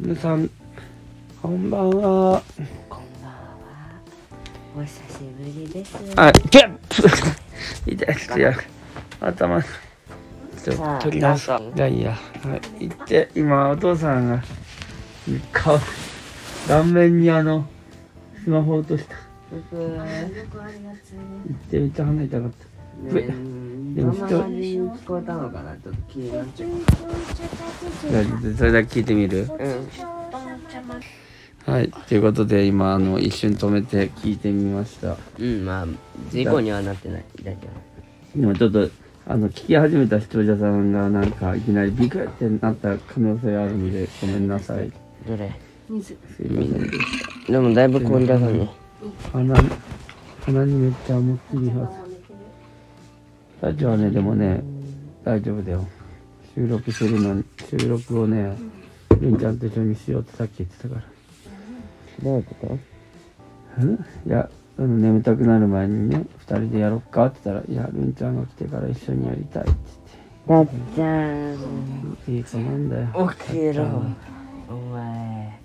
ムさん、こんばんは。こんばんは。お久しぶりです。あ、ゲップ 痛いっすよ。頭、ちょっと取り直すさあ。ダイヤ。はい。行って、今、お父さんが、顔、顔面にあの、スマホ落とした。僕よくあるやつね。行って、めっちゃ離れたかった。ね、どんでもな感じに聞こえたのかな、ちょっと気になっちゃう。それだけ聞いてみるうん。はい。ということで、今、あの、一瞬止めて聞いてみました。うん、まあ、事故にはなってない。大丈今ちょっと、あの、聞き始めた視聴者さんが、なんか、いきなりビクってなった可能性あるので、ごめんなさい。夫。どれ水。すいません。でもだいぶ氷だからね。鼻、鼻にめっちゃ思いっきり発ラジオはね、でもね、大丈夫だよ。収録するのに、収録をね、りんちゃんと一緒にしようってさっき言ってたから。どういうことうんいや、あの眠たくなる前にね、二人でやろっかって言ったら、いや、るんちゃんが来てから一緒にやりたいってだっちゃん。言って、いい子なんだよ。起きろ。お前。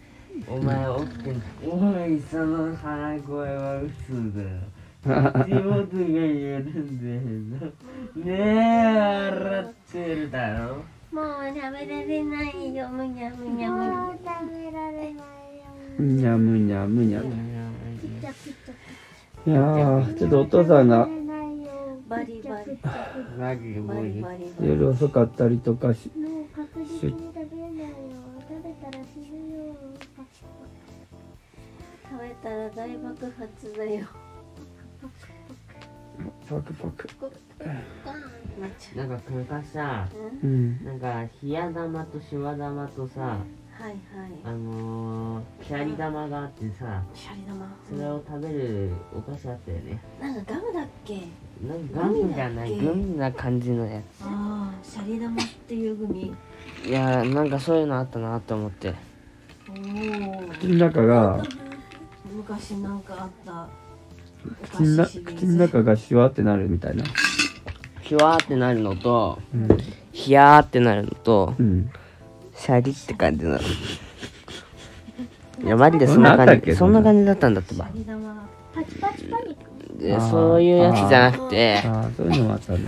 お前起きて。お前、その鼻声は嘘だよ。地元が言るんだよ。ねえ、笑ってるだろ。もう食べられないよ、むにゃむにゃむにゃ。むにゃむにゃむにゃ。いやー、ちょっとお父さんがバリバリ。マジバリバリ。夜遅かったりとかし、確実に食べれないよ。食べたら死ぬよ。食べたら大爆発だよ。パクパク。なっちなんか昔さ、ゃう。うんうん。なんか冷や玉としわ玉とさ、はいはあのー、シャリ玉があってさ、い。シャリ玉。それを食べるお菓子あったよね。なんかガムだっけ。なんかガムじゃない、ググミミな感じのやああ、シャリ玉っていうグミ。つ。いやー、なんかそういうのあったなと思って。おお。口の中が、昔なんかあった。口のな口の中がシュワってなるみたいな。ひわーってなるのと、うん。ひやーってなるのとう、ん。シャリって感じなの。いや、マジでそんそなんなんあった感っけじ、そんな感じだったんだってばシャ。リ玉。パチパチパチ。であーそういうやつじゃなくて、ああ、そういうのもあったね。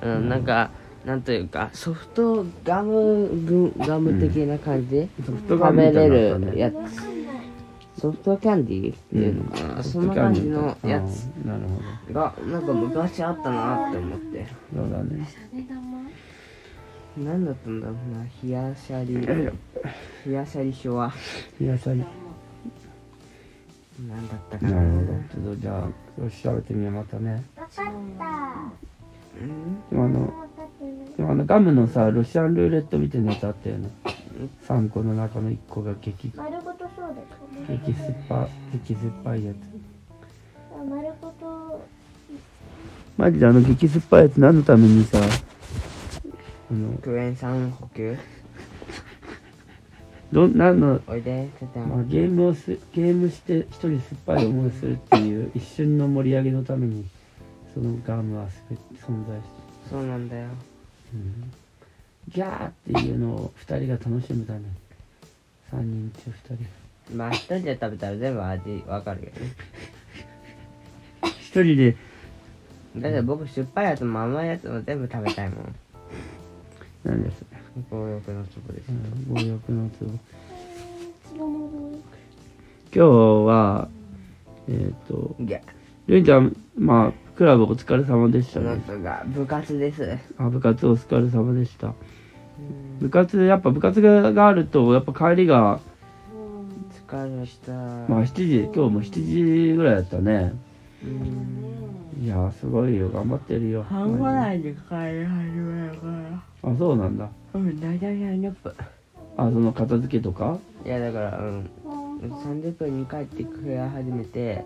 うん、なんか、なんというか、ソフトガム、グガム的な感じ、ソフトガ食ムべみたれいなのあったるね。やつ。ソフトキャンディーっていうのかな、そんな感じのやあつーなるほが、なんか昔あったなって思って。ど。そうだね。シャリ玉。なんだったんだろうな、冷やシャリ、冷やシャリ表は。野菜。なんだったかな。なうるほど。ちょっとじゃあ、それ調べてみよう、またね。わかった。ん今の、もう立ってない。でもあのガムのさ、ロシアンルーレットみたいなやつあったよね。3個の中の1個が激、丸ごとそうです。激酸っぱ、激酸っぱいやつ。あ丸ごと。マジであの激酸っぱいやつ何のためにさ、あの、クエン酸補給どん、何の、おいで、ちょっとまあ、ゲームをす、ゲームして一人酸っぱい思いするっていう一瞬の盛り上げのために、そのガムはすべ存在してる。そうなんだよ。うんギャーっていうのを2人が楽しむために3人中2人まあ、一人で食べたら全部味わかるよね。 1人でだって僕、酸っぱいやつも甘いやつも全部食べたいもん。何です強欲のチョコです。強欲のツボつぼもどい。今日はえっ、といや、るんちゃんまあクラブお疲れ様でしたそのね人が部活です。あ部活お疲れ様でした部活やっぱ部活があるとやっぱ帰りが疲れした。まあ7時今日も7時ぐらいだったねいやーすごいよ頑張ってるよ半ぐらいで帰り始めるから。あそうなんだうん、大体30分。あその片付けとかいや、だから、うん。30分に帰ってくれ始めて、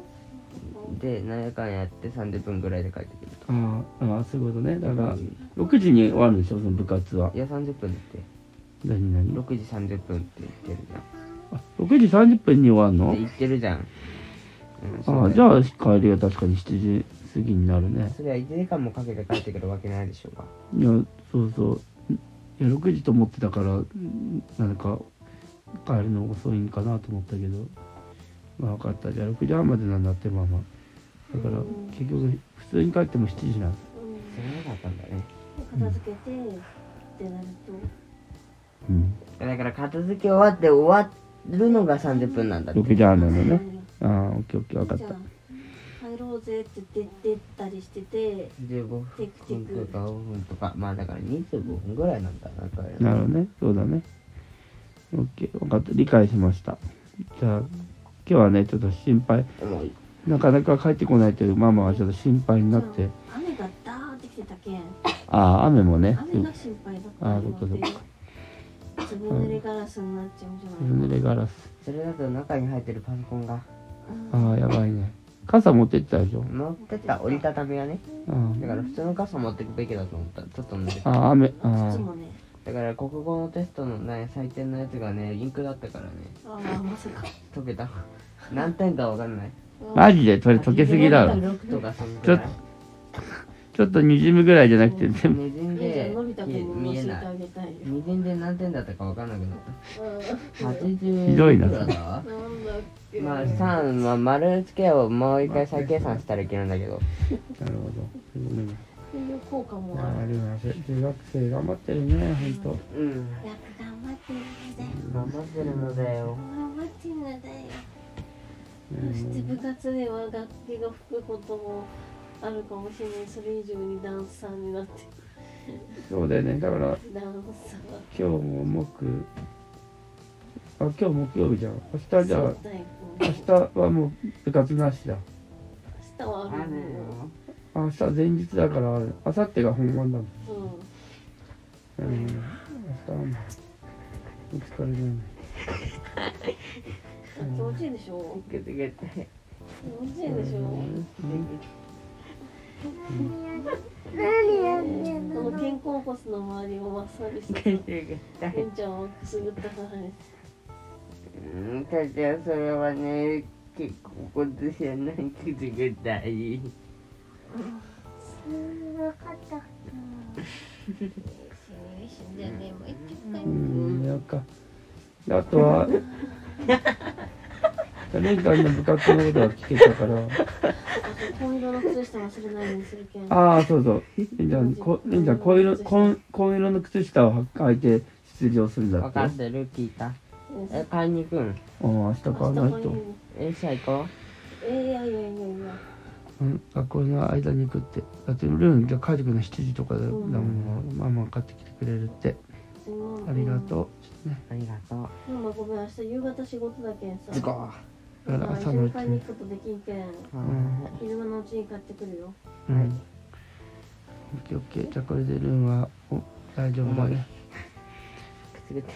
で、何やかんやって30分ぐらいで帰ってくると。ああああそういうことねだから6時に終わるんでしょその部活はいや、30分って。何何6時30分って言ってるじゃん。あ6時30分に終わるのって言ってるじゃん。うん、ああじゃあ帰りは確かに7時過ぎになるねそれは1時間もかけて帰ってくるわけないでしょうか。いやそうそういや6時と思ってたからんなんか帰るの遅いんかなと思ったけどまあ分かったじゃあ6時半までなんだってママだから結局普通に帰っても7時なん知らなかったんだね片付けてってなるとうんだから片付け終わって終わるのが30分なんだって6時半なのねああオッケーオッケー分かっじゃたあ帰ろうぜって言って出たりしてて15分とか5分とかまあだから25分ぐらいなんだなこれなるほどねそうだねオッケー分かった理解しましたじゃあ今日はねちょっと心配もうなかなか帰ってこないというママはちょっと心配になって雨がダーってきてたけんああ雨もね雨が心配だったああそっかのそっでかずぶ濡れガラスになっちゃうんじゃずぶない濡れガラスそれだと中に入ってるパソコンがうあんあやばいね傘持ってったでしょ持ってった折りたたみはねあだから普通の傘持ってくべきだと思ったちょっとねあああ雨あ靴もねだから国語のテストのね採点のやつがねインクだったからねああまさか解けた何点かわかんないあマジでそれ溶けすぎだろ6とかそのくらいちょっとにじむぐらいじゃなくて全部ねじんいいじゃんでのび太くんも見え教えてなあいげたいよ二点で何点だったかわかんなくなった80ひどいなくらだわなんだっけまあ3、まあ、丸つけをもう一回再計算したらいけるんだけどなるほどそういうのそういう効果もがあるあります中学生頑張ってるねほんとうんよく頑張ってるんだよ頑張ってるのだよ頑張ってるんだよそして部活では楽器が吹くこともあるかもしれないそれ以上にダンサーになってそうだよねだからダンサー今日も木あ今日木曜日じゃん明日じゃあそうだよ明日はもう部活なしだ明日はあるあ明日前日だからある明後日が本番だもんのうん明日はもうお疲れだねうん気持ちいいでしょグツグツ気持ちいいでしょこの肩甲骨の周りをマッサージしてグツグツレンちゃんをくすぐった母ですうんたちはそれはね結構こずじゃないグツグツだい死んだよねもう一回うんなんかであとはレンタルの部活のことは聞けたから紺色の靴下忘れないようにするけんああそうそうレンちゃんこレンちゃん紺色紺紺色の靴下を履いて出場するんだ分ってかあってる聞いたうんえ買いに行くんあ明日買わない明日もといいねえ試合行こえいやいやいやいやうん学校の間に行くってだってルーンが帰ってくるの7時とかだだもうんんママが買ってきてくれるってありがとうねうありがとううん。ママごめん、明日夕方仕事だけんさ。ズコーだから朝朝ののううちちに。に行くことできんけん。ん昼間のうちに買ってくるよ。うんオッケーオッケーじゃあこれでルーンはお大丈夫だねグツグツ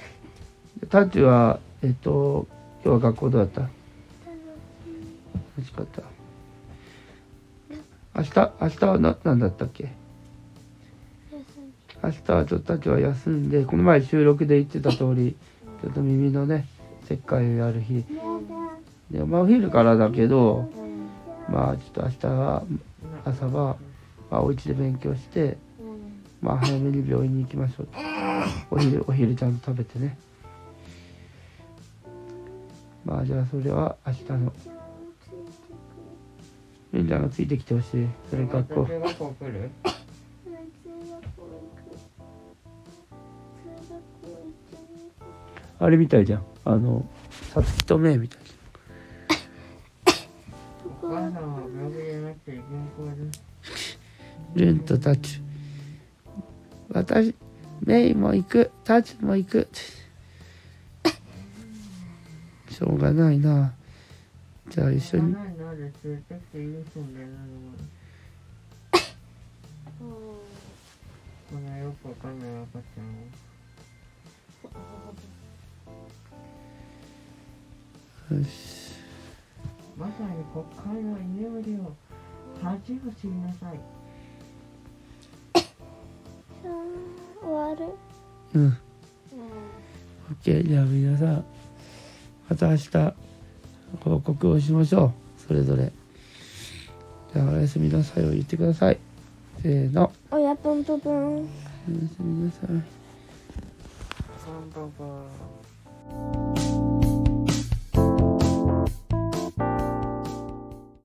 タッチはえっと今日は学校どうだった楽しかった明日明日はな何だったっけ明日はちょっとタッチは休んでこの前収録で言ってた通りちょっと耳のね切開をやる日でまあお昼からだけどまあちょっと明日は朝は、まあ、お家で勉強してうん。まあ早めに病院に行きましょうとお昼お昼ちゃんと食べてねまあじゃあそれは明日 어,のレンちゃんがついてきてほしいそれ学校中学校来るあれみたいじゃんあのさつきとめいみたいお母さんは病気じゃなくて健康ですルンとタッチ私メイも行くタッチも行 くしょうがないなじゃあ一緒にないなで連れてきていいそうだよなのもこのよくわかんない赤ちゃんをよしまさに国会の居眠りを恥を知りなさい 어,うんオッケーじゃあ皆さんまた明日報告をしましょうそれぞれじゃあおやすみなさいを言ってくださいせーの親ポンポポン。おやすみなさいパンパンパン